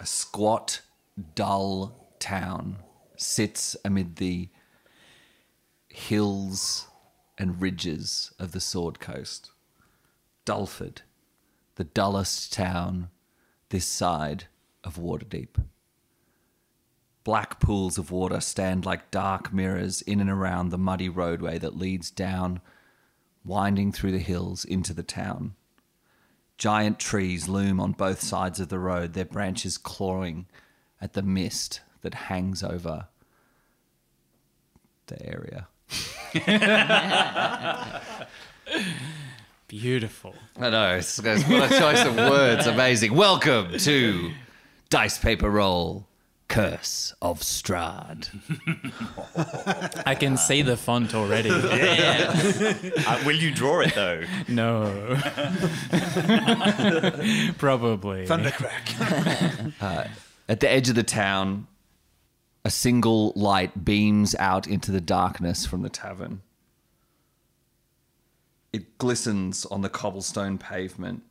A squat, dull town sits amid the hills and ridges of the Sword Coast. Dulford, the dullest town this side of Waterdeep. Black pools of water stand like dark mirrors in and around the muddy roadway that leads down, winding through the hills into the town. Giant trees loom on both sides of the road, their branches clawing at the mist that hangs over the area. Beautiful. I know. It's, it's, what a choice of words. Amazing. Welcome to Dice Paper Roll Curse of Strahd. I can see the font already. Uh, will you draw it though? No. Probably. Thundercrack. At the edge of the town, a single light beams out into the darkness from the tavern. It glistens on the cobblestone pavement,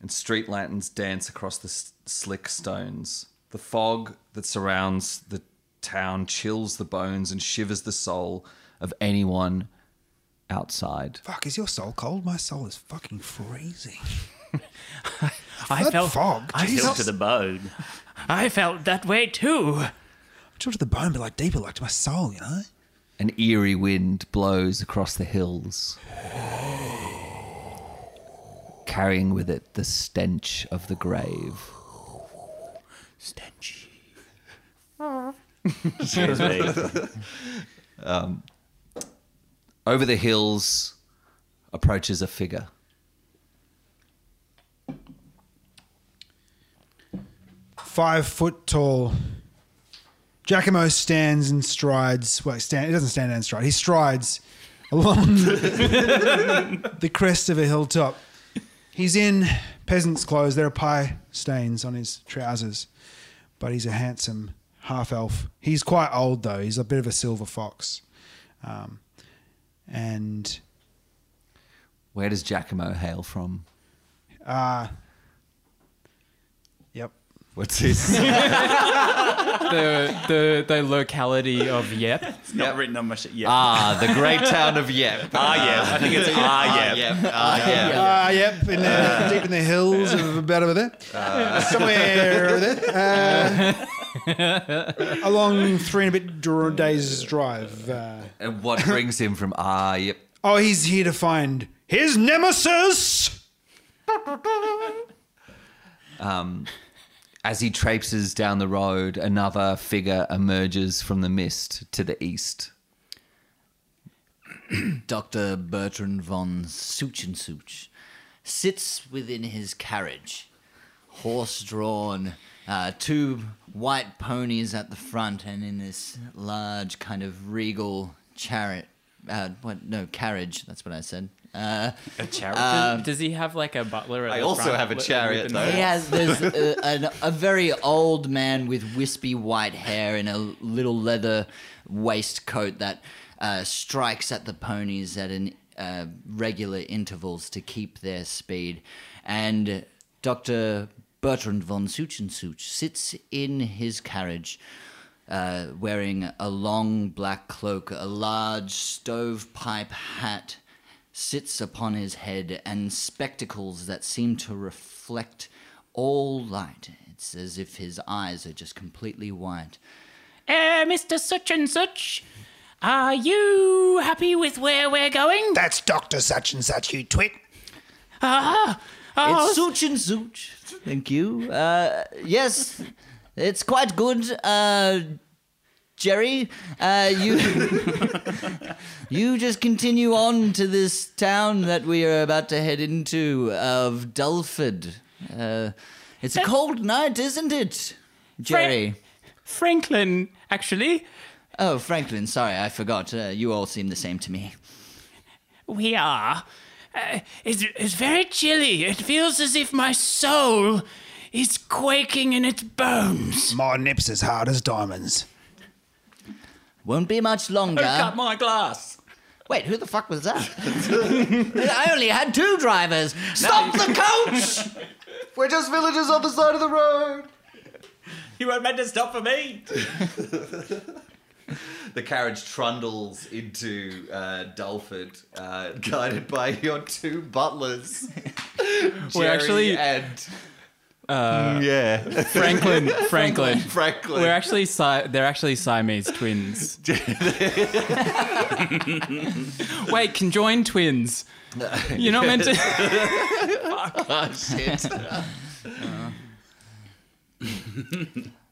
and street lanterns dance across the s- slick stones. The fog that surrounds the town chills the bones and shivers the soul of anyone outside. Fuck, is your soul cold? My soul is fucking freezing. I That felt fog, I Jesus. Still felt, to the bone. I felt that way too. Chill to the bone, but like deeper, like to my soul, you know? An eerie wind blows across the hills, carrying with it the stench of the grave. Stenchy. Excuse me. Over the hills approaches a figure. Five foot tall. Giacomo stands and strides. Well, stand, he doesn't stand and stride. He strides along the crest of a hilltop. He's in peasant's clothes. There are pie stains on his trousers, but he's a handsome half elf. He's quite old, though. He's a bit of a silver fox. Um, and Where does Giacomo hail from? Uh, yep. What's his? The, the the locality of Yep. It's not written on my shit. Yeah. ah, the great town of Yep. ah, yeah. I think it's ah, yeah. Ah, Yep. Uh, yep, in the, deep in the hills of about over there. Ah. Somewhere over there. Uh, along three and a bit dr- days' drive. Uh, And what brings him from Ah, Yep? oh, he's here to find his nemesis! As he traipses down the road, another figure emerges from the mist to the east. Dr. Bertrand von Such and Such sits within his carriage, horse drawn, uh, two white ponies at the front, and in this large kind of regal chariot. Uh, what? No, carriage. That's what I said. Uh, A chariot. does, does he have like a butler? At I the also front have a with- chariot, with an- though. he has there's a, an, a very old man with wispy white hair and a little leather waistcoat that uh, strikes at the ponies at an uh, regular intervals to keep their speed. And Dr. Bertrand von Suchensuch sits in his carriage. Uh, wearing a long black cloak, a large stovepipe hat, sits upon his head and spectacles that seem to reflect all light. It's as if his eyes are just completely white. Eh, Uh, Mr. Such and Such, are you happy with where we're going? That's Dr. Such and Such, you twit. Oh, It's Such and Such. Thank you. Uh, yes, it's quite good. Uh, Jerry, uh, you you just continue on to this town that we are about to head into of Dulford. Uh, it's a cold night, isn't it, Jerry? Franklin, actually, Oh, Franklin, sorry, I forgot. Uh, you all seem the same to me. we are. Uh, it's, it's very chilly. It feels as if my soul is quaking in its bones. My nips as hard as diamonds. Won't be much longer. Oh, Cut my glass. Wait, who the fuck was that? I only had two drivers. Stop the coach! We're just villagers on the side of the road. You weren't meant to stop for me. The carriage trundles into uh, Dulford, uh, guided by your two butlers. Jerry actually- and Mm, yeah, Franklin, Franklin. Franklin. We're actually si- they're actually Siamese twins. Wait, conjoined twins. You're not meant to. Shit.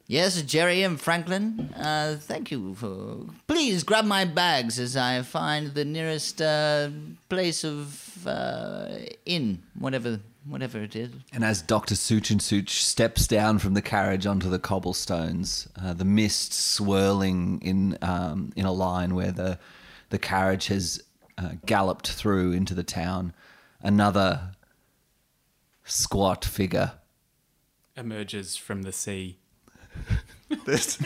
Yes, Jerry and Franklin, uh, thank you for. Please grab my bags as I find the nearest uh, place of uh, inn, whatever, whatever it is. And as Dr. Such and Such steps down from the carriage onto the cobblestones, uh, the mist swirling in um, in a line where the the carriage has uh, galloped through into the town, another squat figure. Emerges from the sea. This,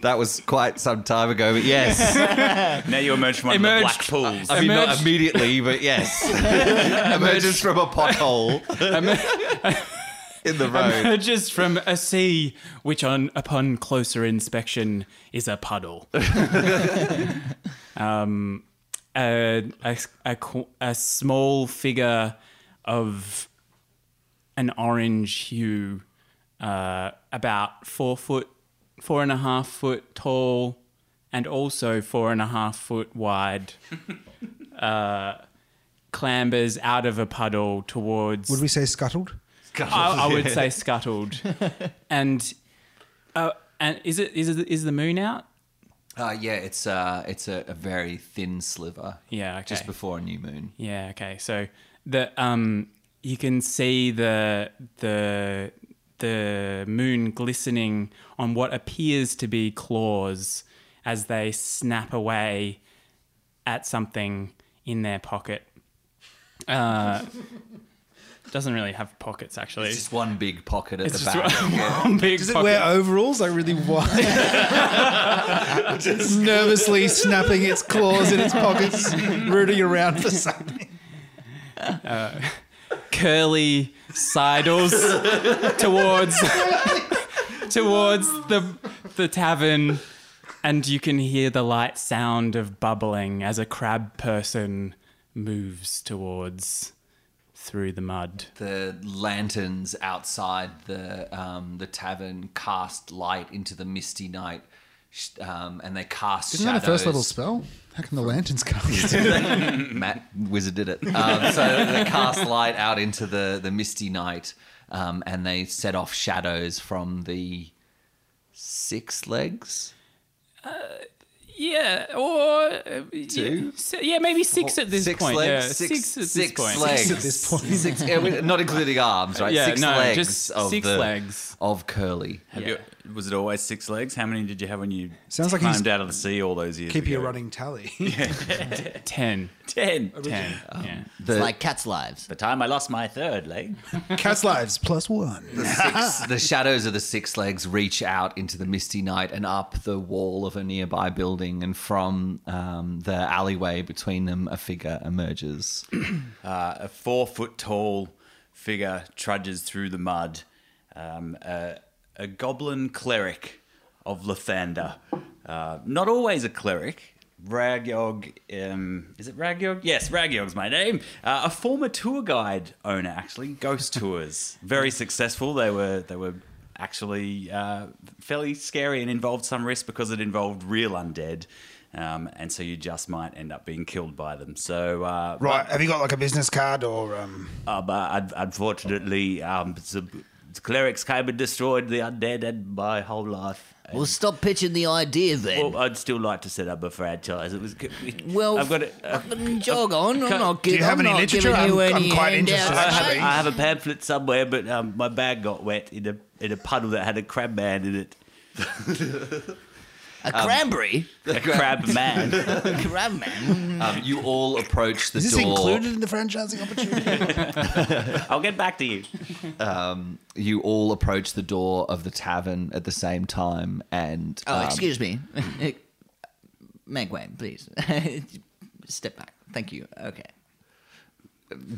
that was quite some time ago, but yes, Ah. Now you emerge from one of the Emerged. black pools. I mean not Emerged- immediately, but yes, emerges from a pothole in the road. Emerges from a sea, which on upon closer inspection is a puddle. um, a, a, a qu- a small figure of an orange hue, uh, about four foot, four and a half foot tall, and also four and a half foot wide. uh, clambers out of a puddle towards Would we say scuttled? I, I would say scuttled. and uh, and is it is it, is the moon out? Uh, yeah, it's uh, it's a, a very thin sliver. Yeah, okay. just before a new moon. Yeah, okay. So the um you can see the the the moon glistening on what appears to be claws as they snap away at something in their pocket. Uh, doesn't really have pockets actually. It's just one big pocket at It's the just back. one big Does it pocket. wear overalls like really wide? nervously snapping its claws in its pockets, rooting around for something. curly sidles towards towards the the tavern and you can hear the light sound of bubbling as a crab person moves towards through the mud. the lanterns outside the um, the tavern cast light into the misty night, sh- um, and they cast Isn't shadows. that a first level spell? How come the lanterns cast? Matt Wizard did it. Um, so they cast light out into the the misty night, um, and they set off shadows from the six legs. Yeah, or Two? Yeah, maybe six at this six point. Legs, yeah, six, six, at this six point. legs. Six at this point. Six- yeah, we- not including arms, right? Yeah, six no, legs just of six the- legs. of curly. Have you- was it always six legs? How many did you have when you Sounds like climbed he's- out of the sea all those years? Keep ago? you running tally. Ten. Ten. Ten. yeah. The, Like cats' lives. The time I lost my third leg. Cat's lives plus one. six, the shadows of the six legs reach out into the misty night and up the wall of a nearby building, and from um, the alleyway between them, a figure emerges. a four foot tall figure trudges through the mud. Um, a, a goblin cleric of Lathander. Uh, not always a cleric. Ragyog, um, is it Ragyog? Yes, Ragyog's my name. Uh, a former tour guide owner, actually, Ghost Tours. Very successful. They were they were actually uh, fairly scary and involved some risk because it involved real undead, um, and so you just might end up being killed by them. So uh, Right, have you got like a business card or um um, uh, un- unfortunately, um, the, the clerics came and destroyed the undead and my whole life. And, Well, stop pitching the idea then. well, I'd still like to set up a franchise. It was. Well, I've got it. Uh, fucking jog on. I'm can- not, uh, you giving have I'm any not literature? giving you I'm- I'm any quite handouts, interested, mate. actually. I have a pamphlet somewhere, but um, my bag got wet in a in a puddle that had a crab man in it. A cranberry? A crab man. Crab man. Um, you all approach the is this door. included in the franchising opportunity? I'll get back to you. You all approach the door of the tavern at the same time, and Oh, um, excuse me. Megway, please. Step back. Thank you. Okay.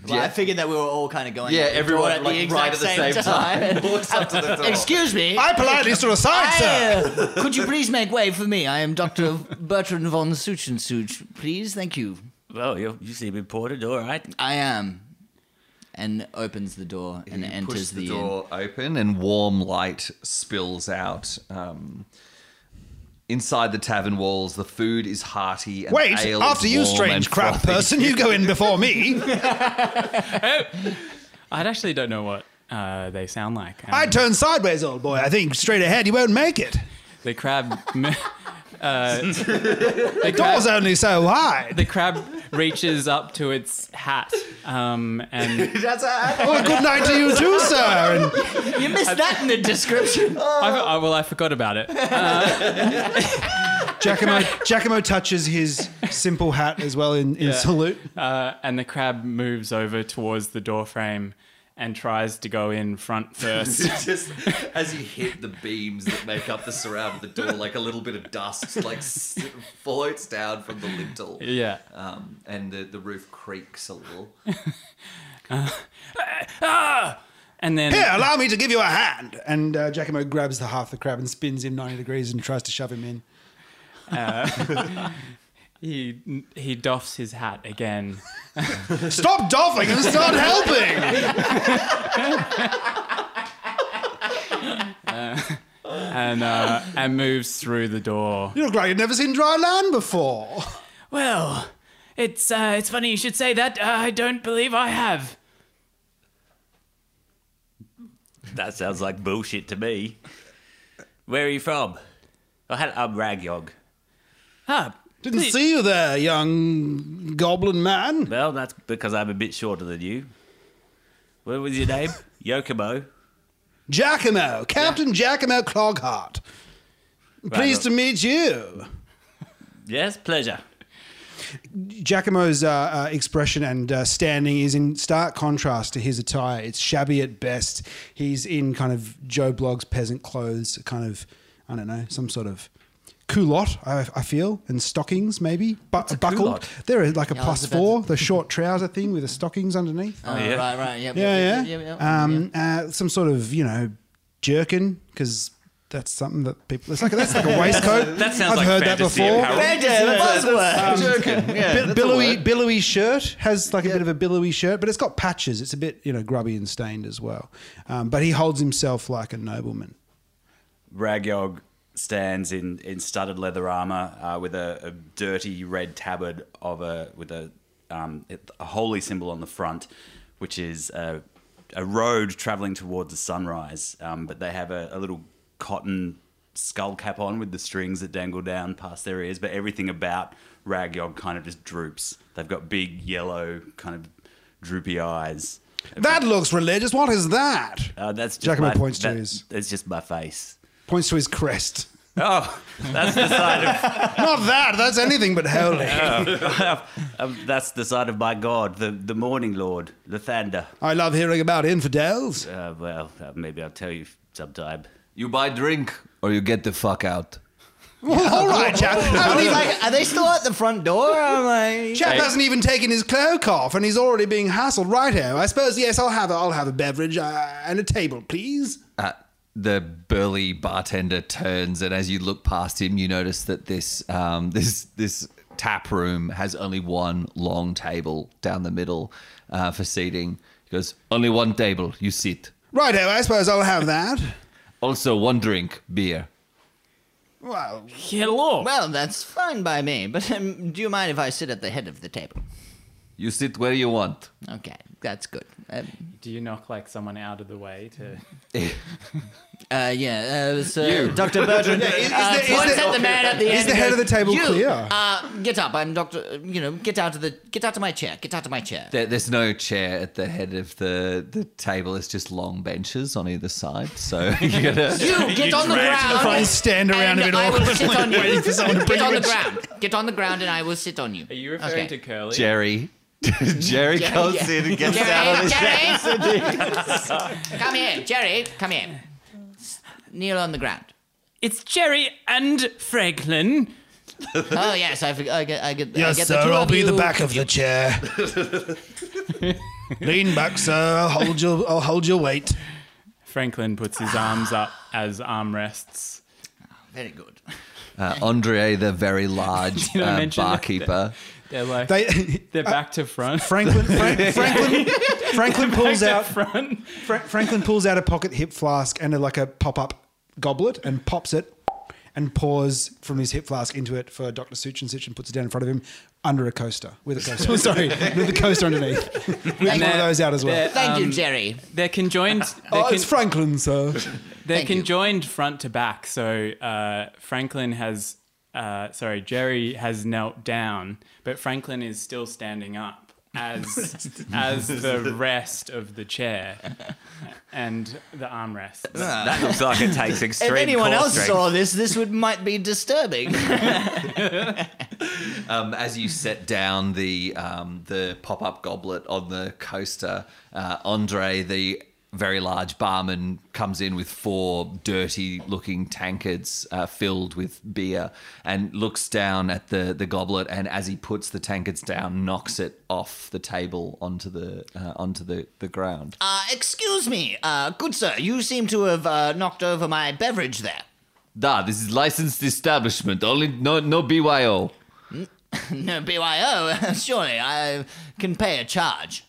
Well, I figured that we were all kind of going. Yeah, out the everyone, door at the like, exact right at the same time. Walks up to the door. Excuse me. I politely stood aside, sir. I, uh, could you please make way for me? I am Dr. Bertrand von Suchensuch. Please, thank you. Well, you you seem important, all right. I am. And opens the door and You push enters the, inn. door open and warm light spills out um, inside the tavern walls the food is hearty and Wait, ale after is you, warm strange and crab frothy. person, you go in before me. I actually don't know what uh, they sound like. Um, I turn sideways, old boy. I think straight ahead, you won't make it. the crab. uh, the crab, Door's only so wide. the crab reaches up to its hat, um, and Well, Oh, good night to you too, sir. And You missed that in the description. I, I, well, I forgot about it. Giacomo, Giacomo touches his simple hat as well in, in salute. Uh, and the crab moves over towards the doorframe and tries to go in front first. just as you hit the beams that make up the surround of the door like a little bit of dust like s- floats down from the lintel yeah. um, and the, the roof creaks a little And then Here, allow me to give you a hand. And uh, Giacomo grabs the half the crab and spins him 90 degrees and tries to shove him in. he he doffs his hat again. Stop doffing and start helping. and uh, and moves through the door. You look like you've never seen dry land before. Well, it's uh, it's funny you should say that. Uh, I don't believe I have. That sounds like bullshit to me. Where are you from? I had I'm Ragyog. Ah, Didn't see you there, young goblin man. Well, that's because I'm a bit shorter than you. What was your name? Yokomo. Giacomo, Captain Giacomo Cloghart. Pleased to meet you. Yes, pleasure. Giacomo's uh, uh, expression and uh, standing is in stark contrast to his attire. It's shabby at best. He's in kind of Joe Blogg's peasant clothes, kind of, I don't know, some sort of culotte, I, I feel, and stockings maybe, but buckled. culotte? They're like a Yeah, I was plus about four, the short trouser thing with the stockings underneath. Oh, yeah. Right, right. Yep, yeah, yeah. yep, yep, yep, yep, yep. um, Uh, some sort of, you know, jerkin, because that's something that people, it's like, that's like a waistcoat. That sounds I've like heard that fantasy before. apparel. Fair day, the buzzword. jerkin yeah Bi- that's a billowy, word. billowy shirt has like a bit of a billowy shirt, but it's got patches. It's a bit you know grubby and stained as well. Um, but he holds himself like a nobleman. Ragyog stands in, in studded leather armor uh, with a, a dirty red tabard of a with a, um, a holy symbol on the front, which is a, a road traveling towards the sunrise. Um, but they have a, a little cotton skull cap on with the strings that dangle down past their ears. But everything about Ragyog kind of just droops. They've got big yellow kind of droopy eyes. That looks religious. What is that? Uh, that's just Giacomo my, points to that- his- That's just my face. Points to his crest. Oh, that's the side of Not that. That's anything but holy. Um, that's the side of my God, the, the Morning Lord, the Thunder. I love hearing about infidels. Uh, well, uh, maybe I'll tell you sometime. you buy drink or you get the fuck out Well, all right, chap. I Haven't was even- like, are they still at the front door? I'm like, Chap hasn't even taken his cloak off, and he's already being hassled. Right here. I suppose yes. I'll have a, I'll have a beverage uh, and a table, please. Uh, the burly bartender turns, and as you look past him, you notice that this um, this this tap room has only one long table down the middle uh, for seating. He goes, "Only one table. You sit. Right here. I suppose I'll have that. Also, one drink, beer." Well, Hello. well, that's fine by me, but um, do you mind if I sit at the head of the table? You sit where you want. Okay, that's good. Um, Do you knock like someone out of the way to? Uh, yeah, uh, so Dr. Bertrand is- is uh, the- is points the- at the man at the is end. the and head of goes, the table you, clear?" Uh, get up! I'm Doctor. You know, get out of the get out of my chair. Get out of my chair. There, there's no chair at the head of the, the table. It's just long benches on either side. So you gotta. You get on the ground. If I stand around and a bit I will awkwardly sit on waiting you. for someone to Get bring on him the a ground. Get on the ground, and I will sit on you. Are you referring to okay. Curly? Jerry. Jerry comes in and gets Jerry, down on the Jerry, come here, Jerry, come here. S- Kneel on the ground. It's Jerry and Franklin. Oh yes, I, forg- I get, I get, I Yes, get sir, the two I'll of be you. the back of the chair. Lean back, sir. Hold your, I'll hold your weight. Franklin puts his arms up as armrests. Very good. Uh, Andre, the very large Did I uh, mention that- barkeeper. They're like they, They, are back to front. Franklin, Frank, Franklin, Franklin pulls Back to out front. Fra- Franklin pulls out a pocket hip flask and a, like a pop up goblet and pops it and pours from his hip flask into it for Dr. Such and Such and puts it down in front of him under a coaster with a coaster. Sorry, with a coaster underneath. With one of those out as well. They're, Thank you, um, Jerry. They're conjoined. They're, Oh, con- it's Franklin, sir. they're Thank you. conjoined front to back. So uh, Franklin has, uh, sorry, Jerry has knelt down, but Franklin is still standing up as as the rest of the chair and the armrest. That looks like it takes extreme. If anyone core else strength. saw this, this would might be disturbing. Um, as you set down the um, the pop up goblet on the coaster, uh, Andre, the very large barman, comes in with four dirty looking tankards uh, filled with beer and looks down at the, the goblet. And as he puts the tankards down, knocks it off the table onto the uh, onto the, the ground. Uh, excuse me, uh, good sir, you seem to have uh, knocked over my beverage there. Da, this is licensed establishment. Only no no BYO. No BYO, surely I can pay a charge.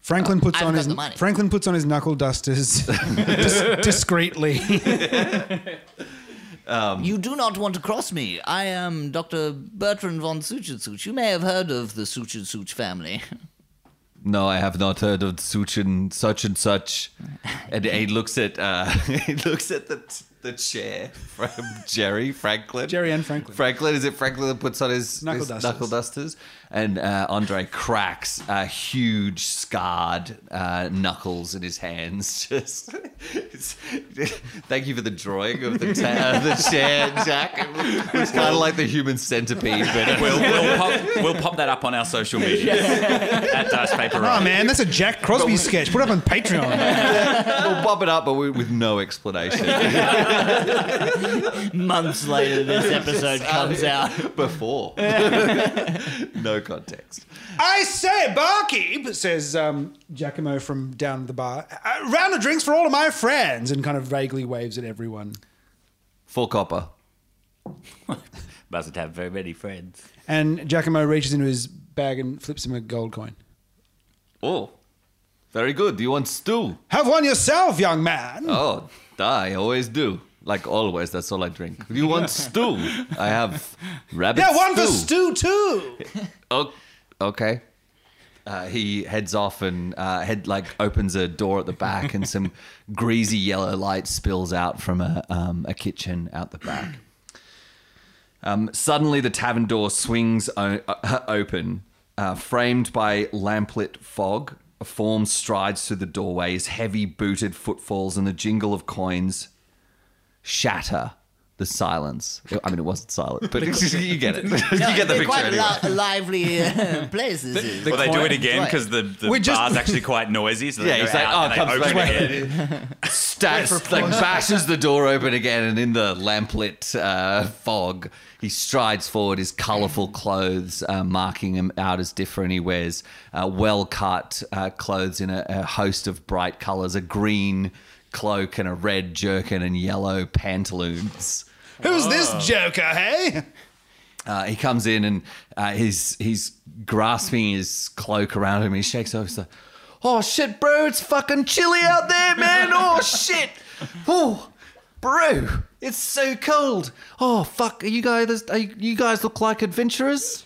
Franklin puts Oh, I've on got his the money. Franklin puts on his knuckle dusters dis- discreetly. You do not want to cross me. I am Dr. Bertrand von Suchitsuch. You may have heard of the Suchitsuch family. No, I have not heard of such and such and such. And he looks at uh, he looks at the the chair from Jerry Franklin. Jerry and Franklin. Franklin is it Franklin that puts on his Knuckle his dusters. knuckle dusters? And uh, Andre cracks a huge scarred uh, knuckles in his hands. Just it's- thank you for the drawing of the, ta- of the chair, Jack. It looks- looks kind of like the human centipede, but We'll, we'll, pop, we'll pop that up on our social media at Dice Paper Oh Rock. man, that's a Jack Crosby sketch. Put it up on Patreon. we'll pop it up, but we, with no explanation. Months later, this episode comes out. before. no context. I say, barkeep, says um, Giacomo from down the bar. "A round of drinks for all of my friends, and kind of vaguely waves at everyone. Full copper. Doesn't have very many friends. And Giacomo reaches into his bag and flips him a gold coin. Oh, very good. Do you want stew? Have one yourself, young man. Oh, I always do. Like always, that's all I drink. Do you want stew? I have rabbit yeah, one stew. for stew too. Oh, okay. Uh, he heads off and uh, head like opens a door at the back, and some greasy yellow light spills out from a um, a kitchen out the back. Um, suddenly, the tavern door swings o- uh, open, uh, framed by lamplit fog. A form strides through the doorway, his heavy booted footfalls and the jingle of coins shatter the silence. I mean, it wasn't silent, but you get it. you get the They're picture. quite anyway. li- lively uh, place, this is. Well, they do coin- it again Right. because the, the We bar's just- actually quite noisy. So they Yeah, go he's like, out "Oh, and they comes open back." again. stats like bashes the door open again and in the lamplit uh, fog he strides forward his colourful clothes uh, marking him out as different he wears uh, well cut uh, clothes in a, a host of bright colours a green cloak and a red jerkin and yellow pantaloons Who's this joker, hey? uh, he comes in and uh, he's he's grasping his cloak around him. He shakes over. He's like, "Oh shit, bro! It's fucking chilly out there, man! Oh shit! Oh, bro, it's so cold! Oh fuck! Are you guys? Are you, you guys look like adventurers?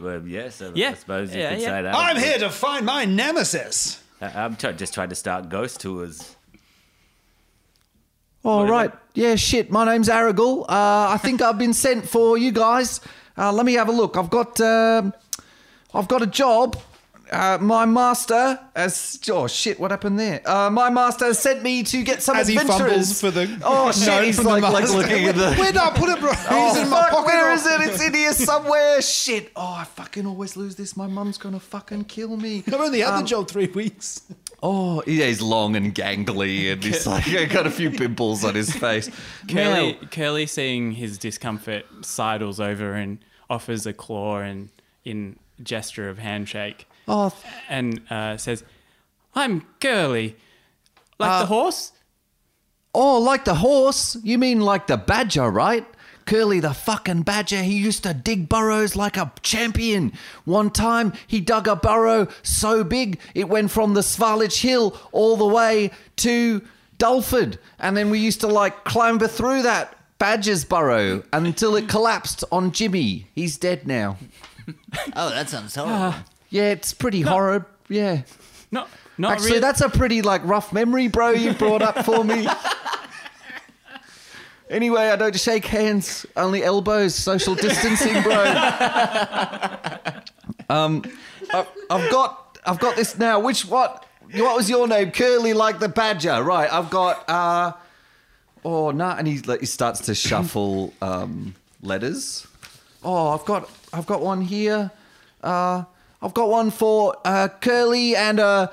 Well, yes, I, Yeah. I suppose you Yeah, could yeah. say that. I'm here to find my nemesis. I- I'm try- just trying to start ghost tours. Oh What do you right, want? yeah, shit. My name's Aragal. Uh, I think I've been sent for you guys. Uh, let me have a look. I've got, um I've got a job. Uh, my master has. Oh shit! What happened there? Uh, my master has sent me to get some As he adventurers fumbles for the Oh note shit! He's from the like, like master. looking at the. Where'd I put it, bro? Oh, He's in my fuck, pocket. where is it? It's in here somewhere. Shit. Oh, I fucking always lose this. My mum's gonna fucking kill me. I've only had the job three weeks. Oh, yeah, he's long and gangly and he's like got a few pimples on his face. Curly, Curly, seeing his discomfort, sidles over and offers a claw and in gesture of handshake Oh, and uh, says, "I'm girly, like the horse." Oh, like the horse? You mean like the badger, right? Curly the fucking badger, he used to dig burrows like a champion. One time, he dug a burrow so big it went from the Svalich Hill all the way to Dulford. And then we used to like clamber through that badger's burrow until it collapsed on Jimmy. He's dead now. Oh, that sounds horrible. Yeah, it's pretty horrid. Yeah. Not, not Actually, really. that's a pretty like rough memory, bro. You brought up for me. anyway, I don't shake hands, only elbows. Social distancing, bro. um, I, I've got, I've got this now. Which what? What was your name? Curly like the badger, right? I've got. uh Oh no! and he like, he starts to shuffle um, letters. Oh, I've got I've got one here. Uh, I've got one for uh, Curly and uh,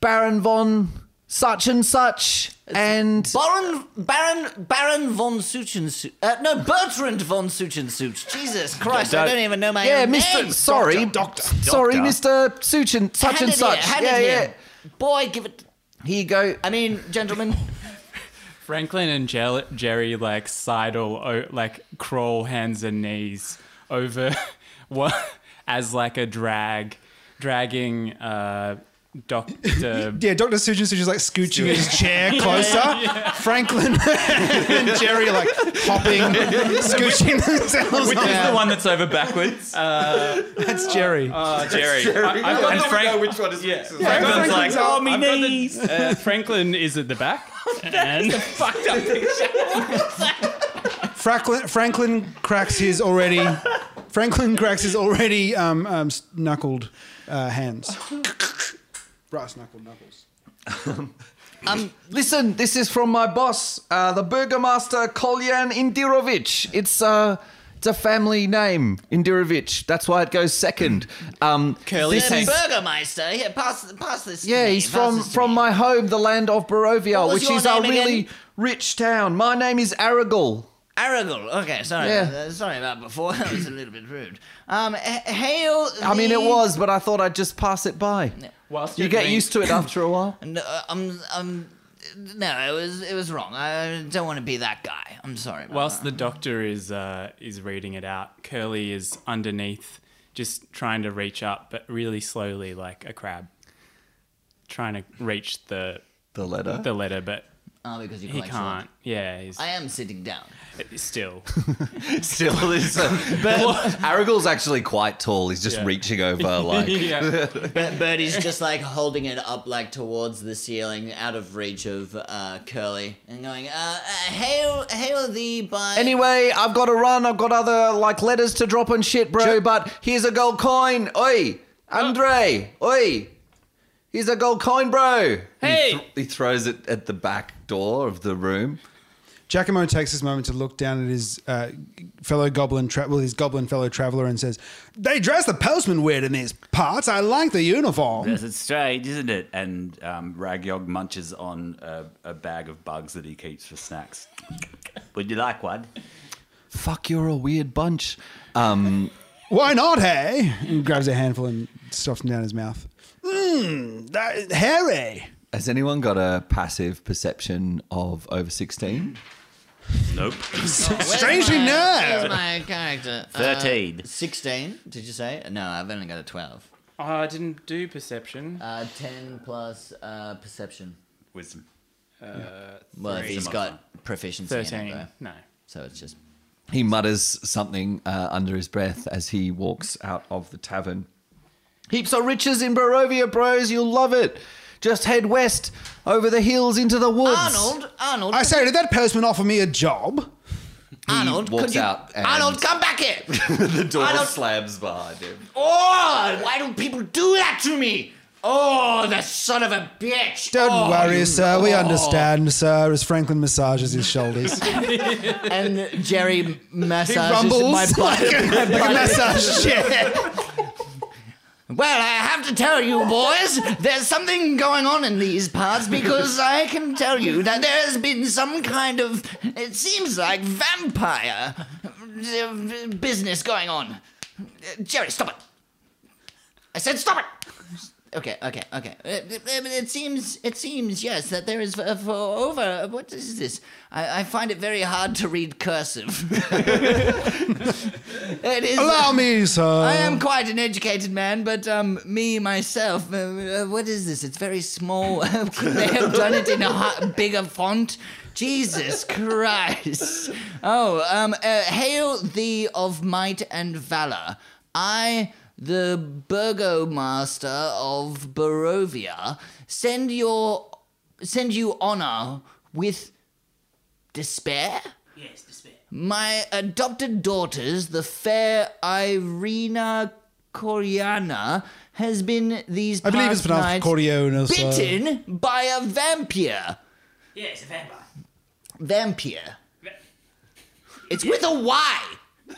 Baron von such and such and Baron Baron Baron von Suchensuch. Uh, no, Bertrand von Suchensuch. Jesus Christ, I don't even know my yeah, own Mister. name. sorry, Doctor, doctor. sorry, Mister Such and such Hand and it here, such. hand yeah, it yeah. here. Boy, give it. Here you go. I mean, gentlemen, Franklin and Jer- Jerry like sidle, o- like crawl hands and knees over what as like a drag, dragging uh, Doctor. Yeah, Dr. Sujan Sujan's like scooching his chair closer. Franklin and Jerry are like hopping, scooching themselves. Which is the one that's over backwards? That's Jerry. Uh, Jerry. I, have got and Frank, which one is yeah. Franklin's like, Franklin's oh, up. me I've got the- knees. uh, Franklin is at the back. and Fucked up picture. Franklin, Franklin cracks his already. Franklin cracks his already um, um, s- knuckled uh, hands. Brass knuckled knuckles. Listen, this is from my boss, uh, the Burgomaster Kolyan Indirovich. It's uh, it's a family name, Indirovich. That's why it goes second. Um, Curly this the is- Burgermeister. Here, pass, pass this. to Yeah, me, he's pass from this to from me. my home, the land of Barovia, What was which your is a name really again? rich town. My name is Aragol. Aragorn. Okay, sorry, Yeah. about that. sorry about before. That was a little bit rude. Um, h- hail. I mean, it the- was, but I thought I'd just pass it by. whilst You you're get doing- used to it after a while. No, um, um, no, it was it was wrong. I don't want to be that guy. I'm sorry. About Whilst that. the doctor is uh, is reading it out, Curly is underneath, just trying to reach up, but really slowly, like a crab, trying to reach the The letter. the letter, but oh, because you he quite can't. Yeah, he's I am sitting down. still. Still is. but Aragol's actually quite tall. He's just Yeah. reaching over, like. yeah. But Birdie's just like holding it up, like towards the ceiling, out of reach of uh, Curly, and going, uh, uh, "Hail, hail thee by." Anyway, I've got to run. I've got other like letters to drop and shit, bro. But here's a gold coin. Oi, Andre. Oi, here's a gold coin, bro. Hey. he, th- he throws it at the back door of the room. Giacomo takes this moment to look down at his uh, fellow goblin, tra- well, his goblin fellow traveler, and says, "They dress the postman weird in these parts. I like the uniform." Yes, it's strange, isn't it? And um, Ragyog munches on a, a bag of bugs that he keeps for snacks. Would you like one? Fuck, you're a weird bunch. Um, Why not? Hey, and grabs a handful and stuffs them down his mouth. Mmm, that is hairy. has anyone got a passive perception of over sixteen? Nope. Where's Strangely my- no. Where's my character? Uh, 13. Sixteen? Did you say? No, I've only got a twelve. Oh, I didn't do perception. Uh, ten plus uh, perception. Wisdom. Well, if Three. he's got proficiency in it, Thirteen. though. No. so it's just He mutters something uh, under his breath as he walks out of the tavern. Heaps of riches in Barovia, bros. You'll love it. Just head west over the hills into the woods. Arnold. Arnold. I say, did that postman offer me a job? Arnold. walks could you, out and- Arnold, come back here. The door Arnold- slams behind him. Oh, why do people do that to me? Oh, the son of a bitch! Don't Oh, worry, you- sir. We oh. understand, sir, as Franklin massages his shoulders. And Jerry massages rumbles my butt. my butt. Massage chair. Well, I have to tell you, boys, there's something going on in these parts because I can tell you that there has been some kind of, it seems like vampire uh, business going on. Uh, Jerry, stop it. I said stop it. Okay, okay, okay. It, it- it seems, it seems, yes, that there is for, for over. What is this? I, I find it very hard to read cursive. it is. Allow me, sir. I am quite an educated man, but um, me myself, uh, uh, what is this? It's very small. Could they have done it in a hi- bigger font? Jesus Christ! Oh, um, uh, hail thee of might and valor! I, the burgomaster of Barovia, send your send you honor with despair. Yes, despair. My adopted daughters, the fair Irina Coriana, has been these I believe it's past pronounced nights Coriolis. uh, bitten by a vampire. Yes, a vampire. Vampire. It's with a Y.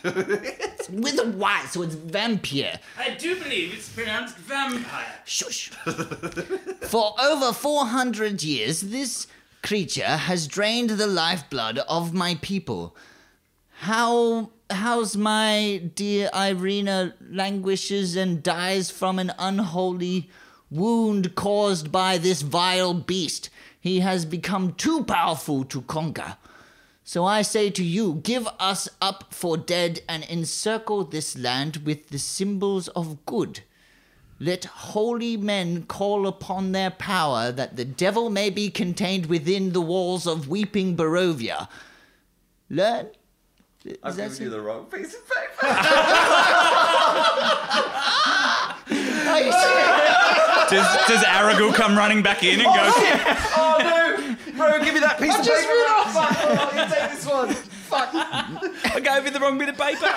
it's with a Y, so it's vampire. I do believe it's pronounced vampire. Shush. For over 400 years, this creature has drained the lifeblood of my people. How. How's my dear Irina languishes and dies from an unholy wound caused by this vile beast? He has become too powerful to conquer. So I say to you, give us up for dead and encircle this land with the symbols of good. Let holy men call upon their power that the devil may be contained within the walls of weeping Barovia. Learn? I've that given so- you the wrong piece of paper. Does, does Aragul come running back in and go, oh no! Bro, give me that piece of paper. Fuck, oh, you take this one. Fuck. I gave you the wrong bit of paper?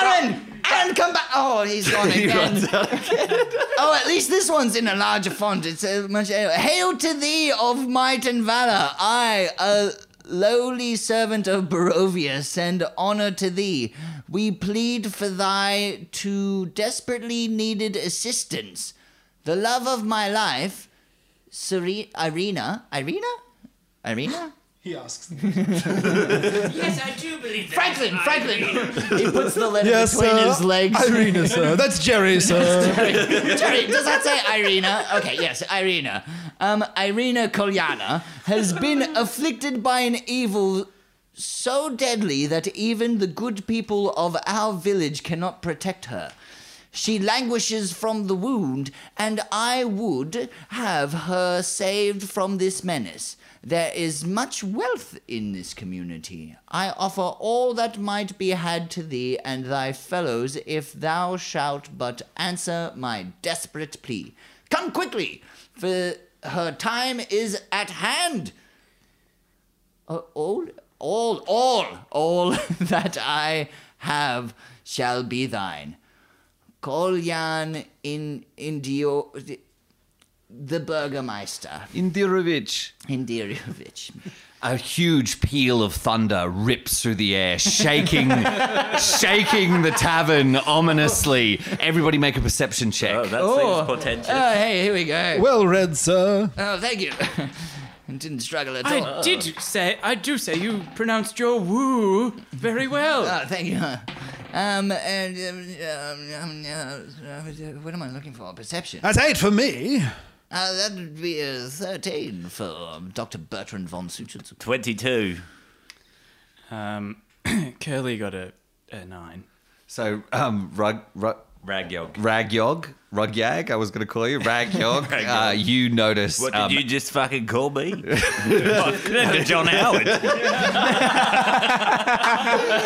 Aaron! Aaron, come back! Oh, he's gone again. oh, at least this one's in a larger font. It's a much. Hail to thee of might and valor! I, a lowly servant of Barovia, send honor to thee. We plead for thy too desperately needed assistance. The love of my life, Sere- Irina. Irina? Irina? He asks. Yes, I do believe that. Franklin! I Franklin! believe- he puts the letter Yes, between sir. his legs. Irina, sir. That's Jerry, sir. Jerry, does that say Irina? Okay, yes, Irina. Um, Irina Kolyana has been afflicted by an evil so deadly that even the good people of our village cannot protect her. She languishes from the wound, and I would have her saved from this menace. There is much wealth in this community. I offer all that might be had to thee and thy fellows if thou shalt but answer my desperate plea. Come quickly, for her time is at hand. Uh, all, all, all, all that I have shall be thine. Kolyan in Indio, the Burgermeister Indirovich. Indirovich. A huge peal of thunder rips through the air, shaking, shaking the tavern ominously. Everybody, make a perception check. Oh, that seems potential. Oh, hey, here we go. well read, sir. Oh, thank you. Didn't struggle at all. I did say, I do say you pronounced your woo very well. Oh, thank you. Um, and, um, um, um, what am I looking for? Perception. That's eight for me. Uh, that would be a 13 for um, Dr. Bertrand von Suchitz. 22. Um, Curly got a, a nine. So, um, rug, rug, Ragyog. Ragyog, Rugyag, I was going to call you Ragyog. uh, you notice. What did um, you just fucking call me? Fuck, John Howard.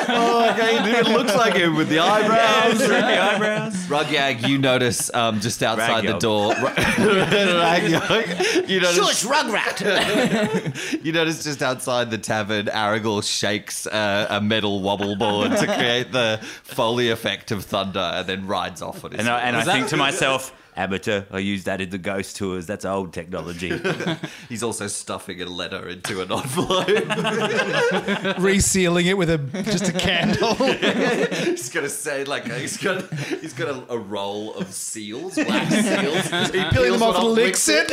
oh, okay, dude, it looks like him with the eyebrows. eyebrows. Rugyag, you notice um, just outside the Ragyog. door. Ragyog, you notice Shush, Rugrat! You notice just outside the tavern, Aragorn shakes uh, a metal wobble board to create the Foley effect of thunder and then rides off on his And I, and I horse. think to myself, amateur, I use that in the ghost tours. That's old technology. He's also stuffing a letter into an envelope. Resealing it with a just a candle. he's gonna say like he's got he's got a, a roll of seals, black seals. He Peeling peels them off one and licks it.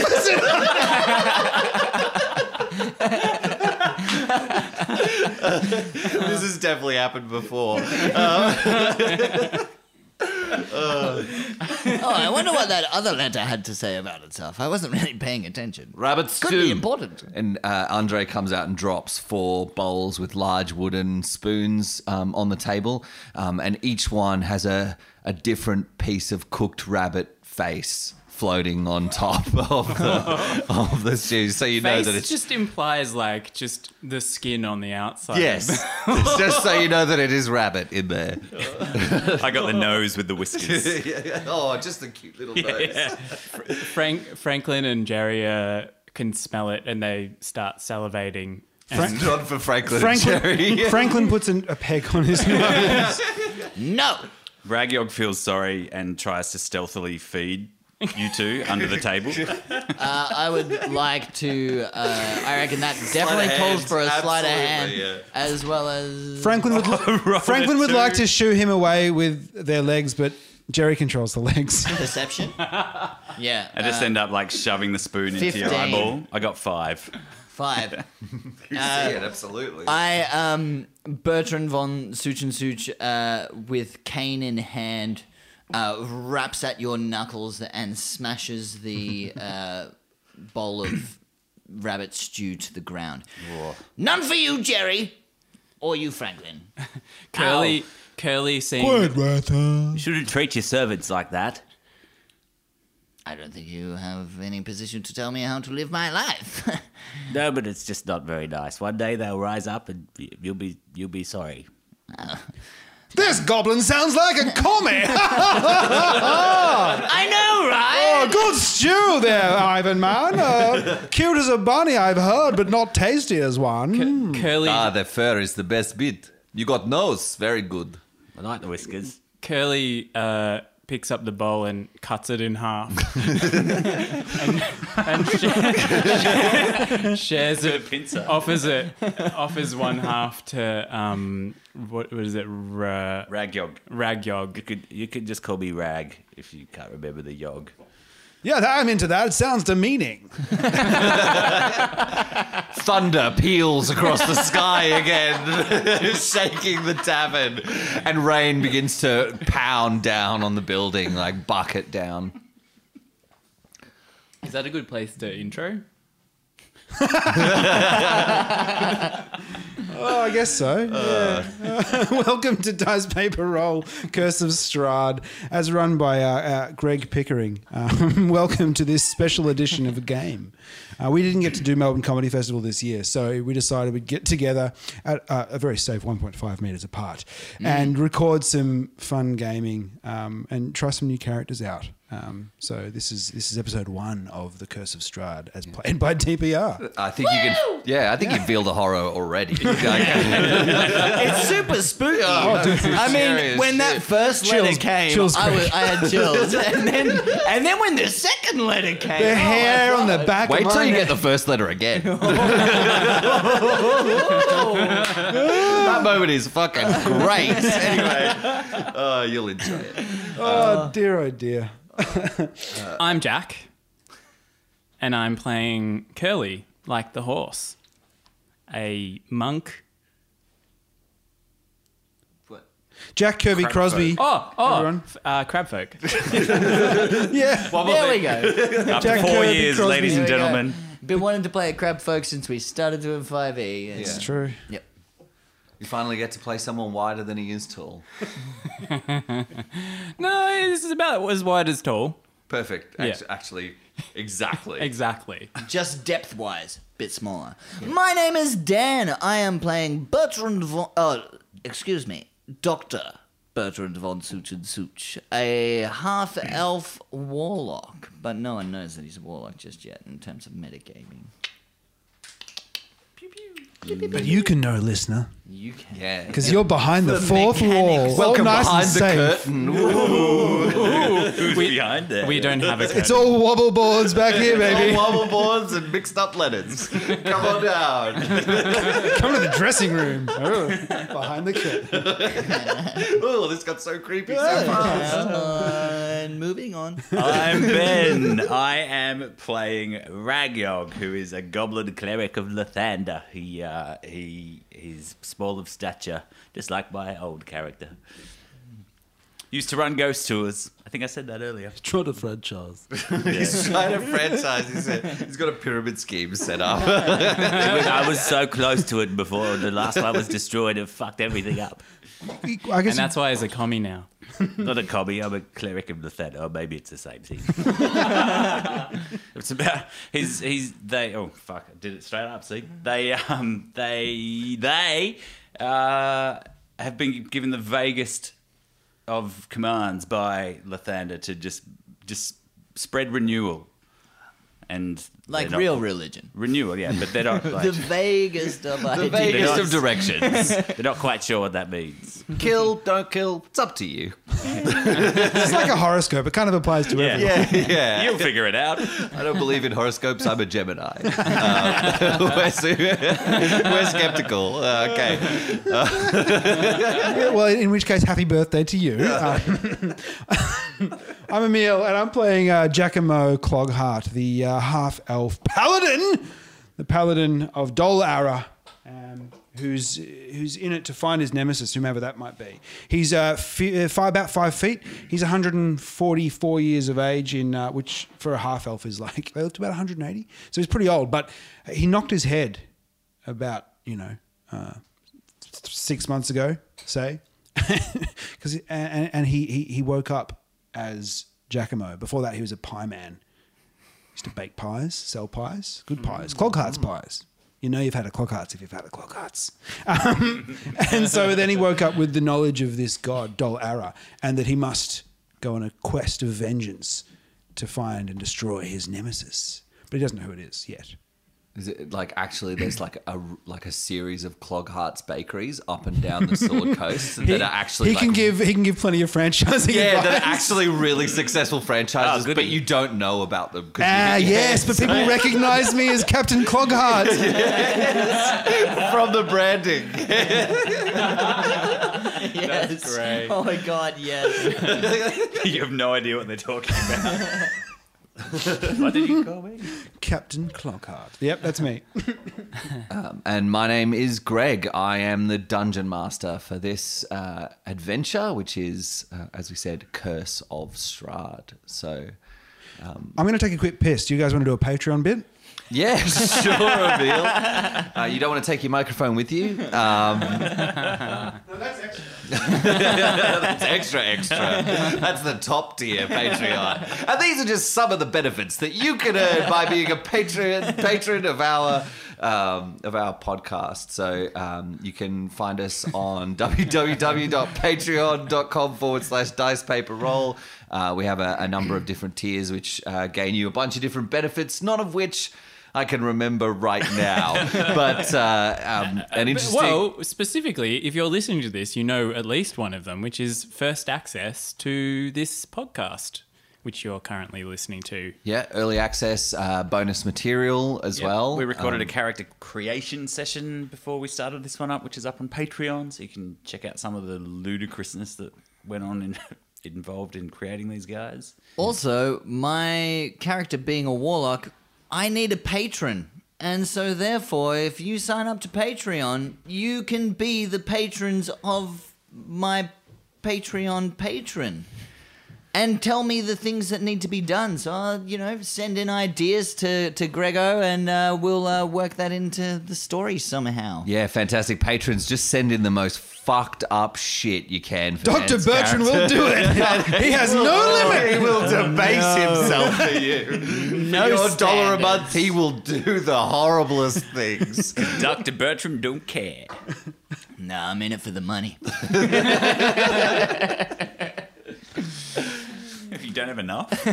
This has definitely happened before. oh, I wonder what that other letter had to say about itself. I wasn't really paying attention. Rabbit stew. Could be important. And uh, Andre comes out and drops four bowls with large wooden spoons um, on the table, um, and each one has a a different piece of cooked rabbit face floating on top of the, of the stew. So you know Face that it's just implies like just the skin on the outside. yes, it's just so you know that it is rabbit in there. I got the nose with the whiskers. oh, just a cute little nose. Frank Franklin and Jerry uh, can smell it and they start salivating. It's not for Franklin, and Jerry. Franklin, Franklin puts an, a peg on his nose. No. Ragyog feels sorry and tries to stealthily feed you two under the table. Uh, I would like to. Uh, I reckon that definitely calls for a sleight of hand, as well as Franklin would, Franklin would like to shoo him away with their legs, but Jerry controls the legs. perception. yeah. I just uh, end up like shoving the spoon into your 15. eyeball. I got five. five. yeah, absolutely. I um Bertrand von Such and Such uh, with cane in hand uh, raps at your knuckles and smashes the uh, bowl of rabbit stew to the ground. None for you, Jerry, or you, Franklin. Curly Curly seeing Birdworth. You shouldn't treat your servants like that. I don't think you have any position to tell me how to live my life. No, but it's just not very nice. One day they'll rise up and you'll be you'll be sorry. This goblin sounds like a comet. I know, right? oh, good stew there, Ivan man. Uh, cute as a bunny, I've heard, but not tasty as one. Curly ah, the fur is the best bit. You got nose, very good. I like the whiskers. Curly uh, picks up the bowl and cuts it in half, and, and sh- shares it. Pincer. Offers it, offers one half to um, what was it, Ra- Ragyog. You Ragyog? could you could just call me Rag if you can't remember the yog. Yeah, that- I'm into that. It sounds demeaning. Thunder peals across the sky again, shaking the tavern, and rain begins to pound down on the building like bucket down. Is that a good place to intro? Oh, I guess so. Uh. Yeah. Welcome to Dice Paper Roll, Curse of Strahd, as run by uh, uh, Greg Pickering. Um, welcome to this special edition of a game. Uh, we didn't get to do Melbourne Comedy Festival this year, so we decided we'd get together at uh, a very safe 1.5 metres apart Mm. and record some fun gaming um, and try some new characters out. Um, so this is this is episode one of the Curse of Strahd, as played by DPR. I think you can. Yeah, I think you feel the horror already. Like, It's super spooky. Oh, I mean, Serious when that shit. first letter Chills- came, chills, I, was, Greg. I had chills, and then and then when the second letter came, The oh, hair on the back. wait of till my you neck. get the first letter again. that moment is fucking great. Anyway, oh, you'll enjoy it. Oh dear, oh dear. I'm Jack, and I'm playing Curly, like the horse, a monk. Jack Kirby Crosby. Oh, oh, Everyone? uh, crabfolk. Yeah. there we go. After Jack four Kirby years, Crosby. ladies and There we go. gentlemen. Been wanting to play a crab folk since we started doing five E. It's Yeah. True. Yep. You finally get to play someone wider than he is tall. No, this is about as wide as tall. Perfect. Act- Yeah. Actually, exactly. Exactly. Just depth wise, bit smaller. My name is Dan. I am playing Bertrand von. Oh, excuse me, Doctor Bertrand von Such and Such, a half elf warlock. But no one knows that he's a warlock just yet in terms of metagaming. But you can know, listener, You can. Yeah. because you're behind the, fourth wall. mechanics. Welcome all nice behind and the safe. curtain. Who's behind there? We don't have a curtain. It's all wobble boards back here, baby. wobble boards and mixed up letters. Come on down. Come to the dressing room. Oh, behind the curtain. Oh, this got so creepy so And moving on. I'm Ben. I am playing Ragyog, who is a goblin cleric of Lathander. He uh, he he's small of stature, just like my old character. Used to run ghost tours. I think I said that earlier. Try to franchise. He's trying to franchise. He's, a, he's got a pyramid scheme set up. I was so close to it before the last one was destroyed. It fucked everything up. I guess And that's why he's a commie now. Not a copy. I'm a cleric of the Thet. Oh, maybe it's the same thing. It's about he's he's they oh fuck I did it straight up see they um they they uh have been given the vaguest of commands by Lathander to just just spread renewal and Like they're not- real religion. renewal yeah but they're not like, The vaguest of ideas. Vaguest of directions. they're not quite sure what that means kill, don't kill. It's up to you. it's like a horoscope. It kind of applies to everyone. Yeah, yeah. you'll figure it out I don't believe in horoscopes. I'm a Gemini. Um, we're, su- we're skeptical. Uh, okay. Yeah, well, in which case, happy birthday to you. Um, I'm Emil, and I'm playing uh, Giacomo Clogheart, the uh, half elf paladin, the paladin of Dolara, um, who's who's in it to find his nemesis, whomever that might be. He's uh, fi- uh, five, about five feet. He's 144 years of age, in uh, which for a half elf is like well, it's about 180. So he's pretty old, but he knocked his head about you know. Uh, six months ago, say, because and, and he, he he woke up as Giacomo. Before that, he was a pie man. Used to bake pies, sell pies, good pies, Cloghart's Mm. pies. You know you've had a Cloghart's if you've had a Cloghart's. Um, and so then he woke up with the knowledge of this god Dol Ara, and that he must go on a quest of vengeance to find and destroy his nemesis. But he doesn't know who it is yet. Is it like actually there's like a like a series of Cloghart's bakeries up and down the Sword Coast that are actually he like, can give he can give plenty of franchising Yeah, advice. they're actually really successful franchises, Oh, goody. but you don't know about them. 'cause Ah, you- yes, but people recognize me as Captain Cloghart. From the branding. yes. great. Oh my god, yes. you have no idea what they're talking about Captain Cloghart. Yep, that's me. And my name is Greg. I am the dungeon master for this uh, adventure, which is, uh, as we said, Curse of Strahd. So, I'm going to take a quick piss. Do you guys want to do a Patreon bit? yeah, sure, Emil. Uh, you don't want to take your microphone with you. Um, That's extra, extra. That's the top tier Patreon. And these are just some of the benefits that you can earn by being a patron patron of our um, of our podcast. So um, you can find us on www.patreon.com forward slash dice paper roll. Uh, we have a, a number of different tiers which uh, gain you a bunch of different benefits, none of which. I can remember right now, but uh, um, an interesting. Well, specifically, if you're listening to this, you know at least one of them, which is first access to this podcast, which you're currently listening to. yeah, early access, uh, bonus material as well. we recorded Um, a character creation session before we started this one up, which is up on Patreon, so you can check out some of the ludicrousness that went on in, involved in creating these guys. Also, my character being a warlock, I need a patron. And so, therefore, if you sign up to Patreon, you can be the patrons of my Patreon patron. And tell me the things that need to be done. So, I'll, you know, send in ideas to, to Grego and uh, we'll uh, work that into the story somehow. Yeah, fantastic patrons. Just send in the most fucked up shit you can. For Dr. Dan's Bertrand will do it. he has no limit. He will debase himself Oh, for you. No Your dollar a standards. month, he will do the horriblest things. Dr. Bertram don't care. Nah, I'm in it for the money. If you don't have enough,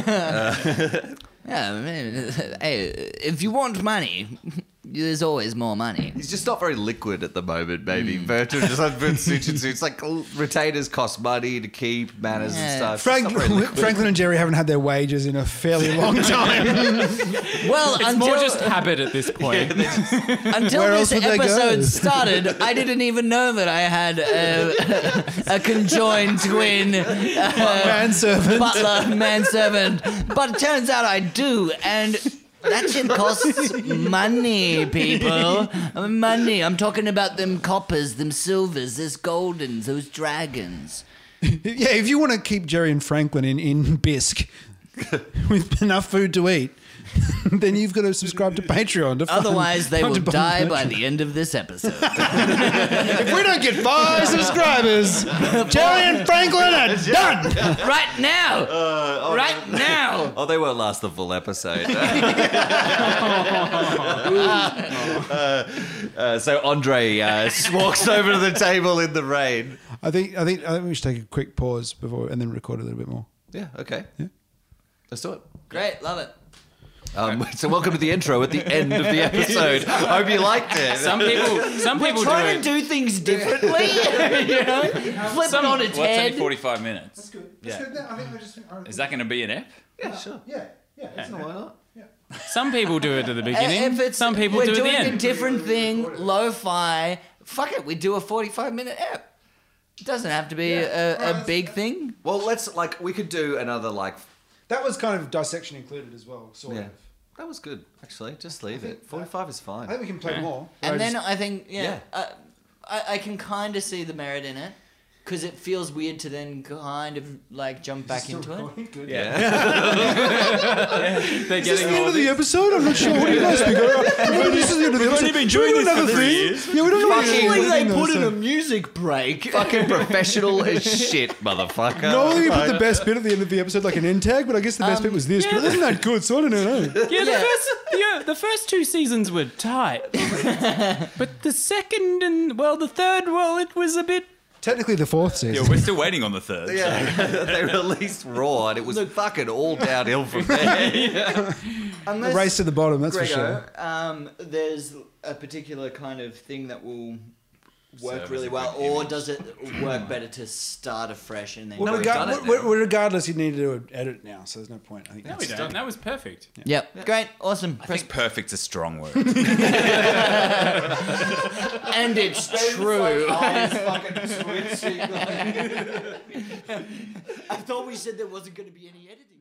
Yeah, I mean, hey, if you want money, there's always more money. He's just not very liquid at the moment, maybe. Bertrand just like been suits and suits. Like oh, retainers cost money to keep, manners Yeah. and stuff. Frank, It's not very liquid. Franklin and Jerry haven't had their wages in a fairly long time. Well, It's until, more just habit at this point. until Where this else would they go? episode started, I didn't even know that I had a, a conjoined twin uh, Manservant. butler manservant. But it turns out I do, and that shit costs money, people. Money. I'm talking about them coppers, them silvers, those goldens, those dragons. yeah, if you want to keep Jerry and Franklin in, in Bisque with enough food to eat, then you've got to subscribe to Patreon. To fund- Otherwise, they fund will to die fund- by the end of this episode. If we don't get five subscribers, Jerry and Franklin are done. right now! right now! Oh, they won't last the full episode. Uh, so Andre uh, s- walks over to the table in the rain. I think I think I think we should take a quick pause before and then record a little bit more. Yeah, okay. Let's do it. Great, love it. Um, so welcome to the intro at the end of the episode. Hope you liked it. Some people, some people do Trying it. to do things differently, you know? Flip it on its Well, it's head. only 45 minutes. good. That's good. I think we're just. Is that going to be an ep? yeah, sure. Yeah, yeah. Why not? Some people do it at the And beginning. Some people uh, we're do it at doing the a end. different thing, lo-fi. Fuck it, we do a forty-five minute app. It doesn't have to be a, a big thing. Well, let's like we could do another like. That was kind of dissection included as well, sort Yeah, of. that was good actually. Just leave think it. Forty-five is fine. I think we can play more. And I then just- I think, yeah, Yeah. uh, I, I can kind of see the merit in it because it feels weird to then kind of like jump back into it. Good. They're Is this getting the end all of the episode? I'm not sure. What do you guys think? Well, this is the end of the episode. been doing this we for another three thing. Yeah, we don't know. Usually they put in in a music break. Fucking professional as shit, motherfucker. Normally you put the best bit at the end of the episode, like an end tag, but I guess the best bit was this. But it wasn't that good, so I don't know. Yeah, Yeah. The, first, yeah, the first two seasons were tight. but the second and, well, the third, well, it was a bit. Technically, the fourth season. We're still waiting on the third. Yeah, they released Raw, and it was fucking all downhill from there. Unless- Race to the bottom, that's for Grego, sure. um, there's a particular kind of thing that will work Serve really as a well, good or image. does it work better to start afresh and then? Well, go we've rega- got- done it well, well, regardless, you need to do an edit now, so there's no point. I think that's- don't. That was perfect. Yep. Great. Awesome. I think perfect's a strong word. and it's true. I thought we said there wasn't going to be any editing.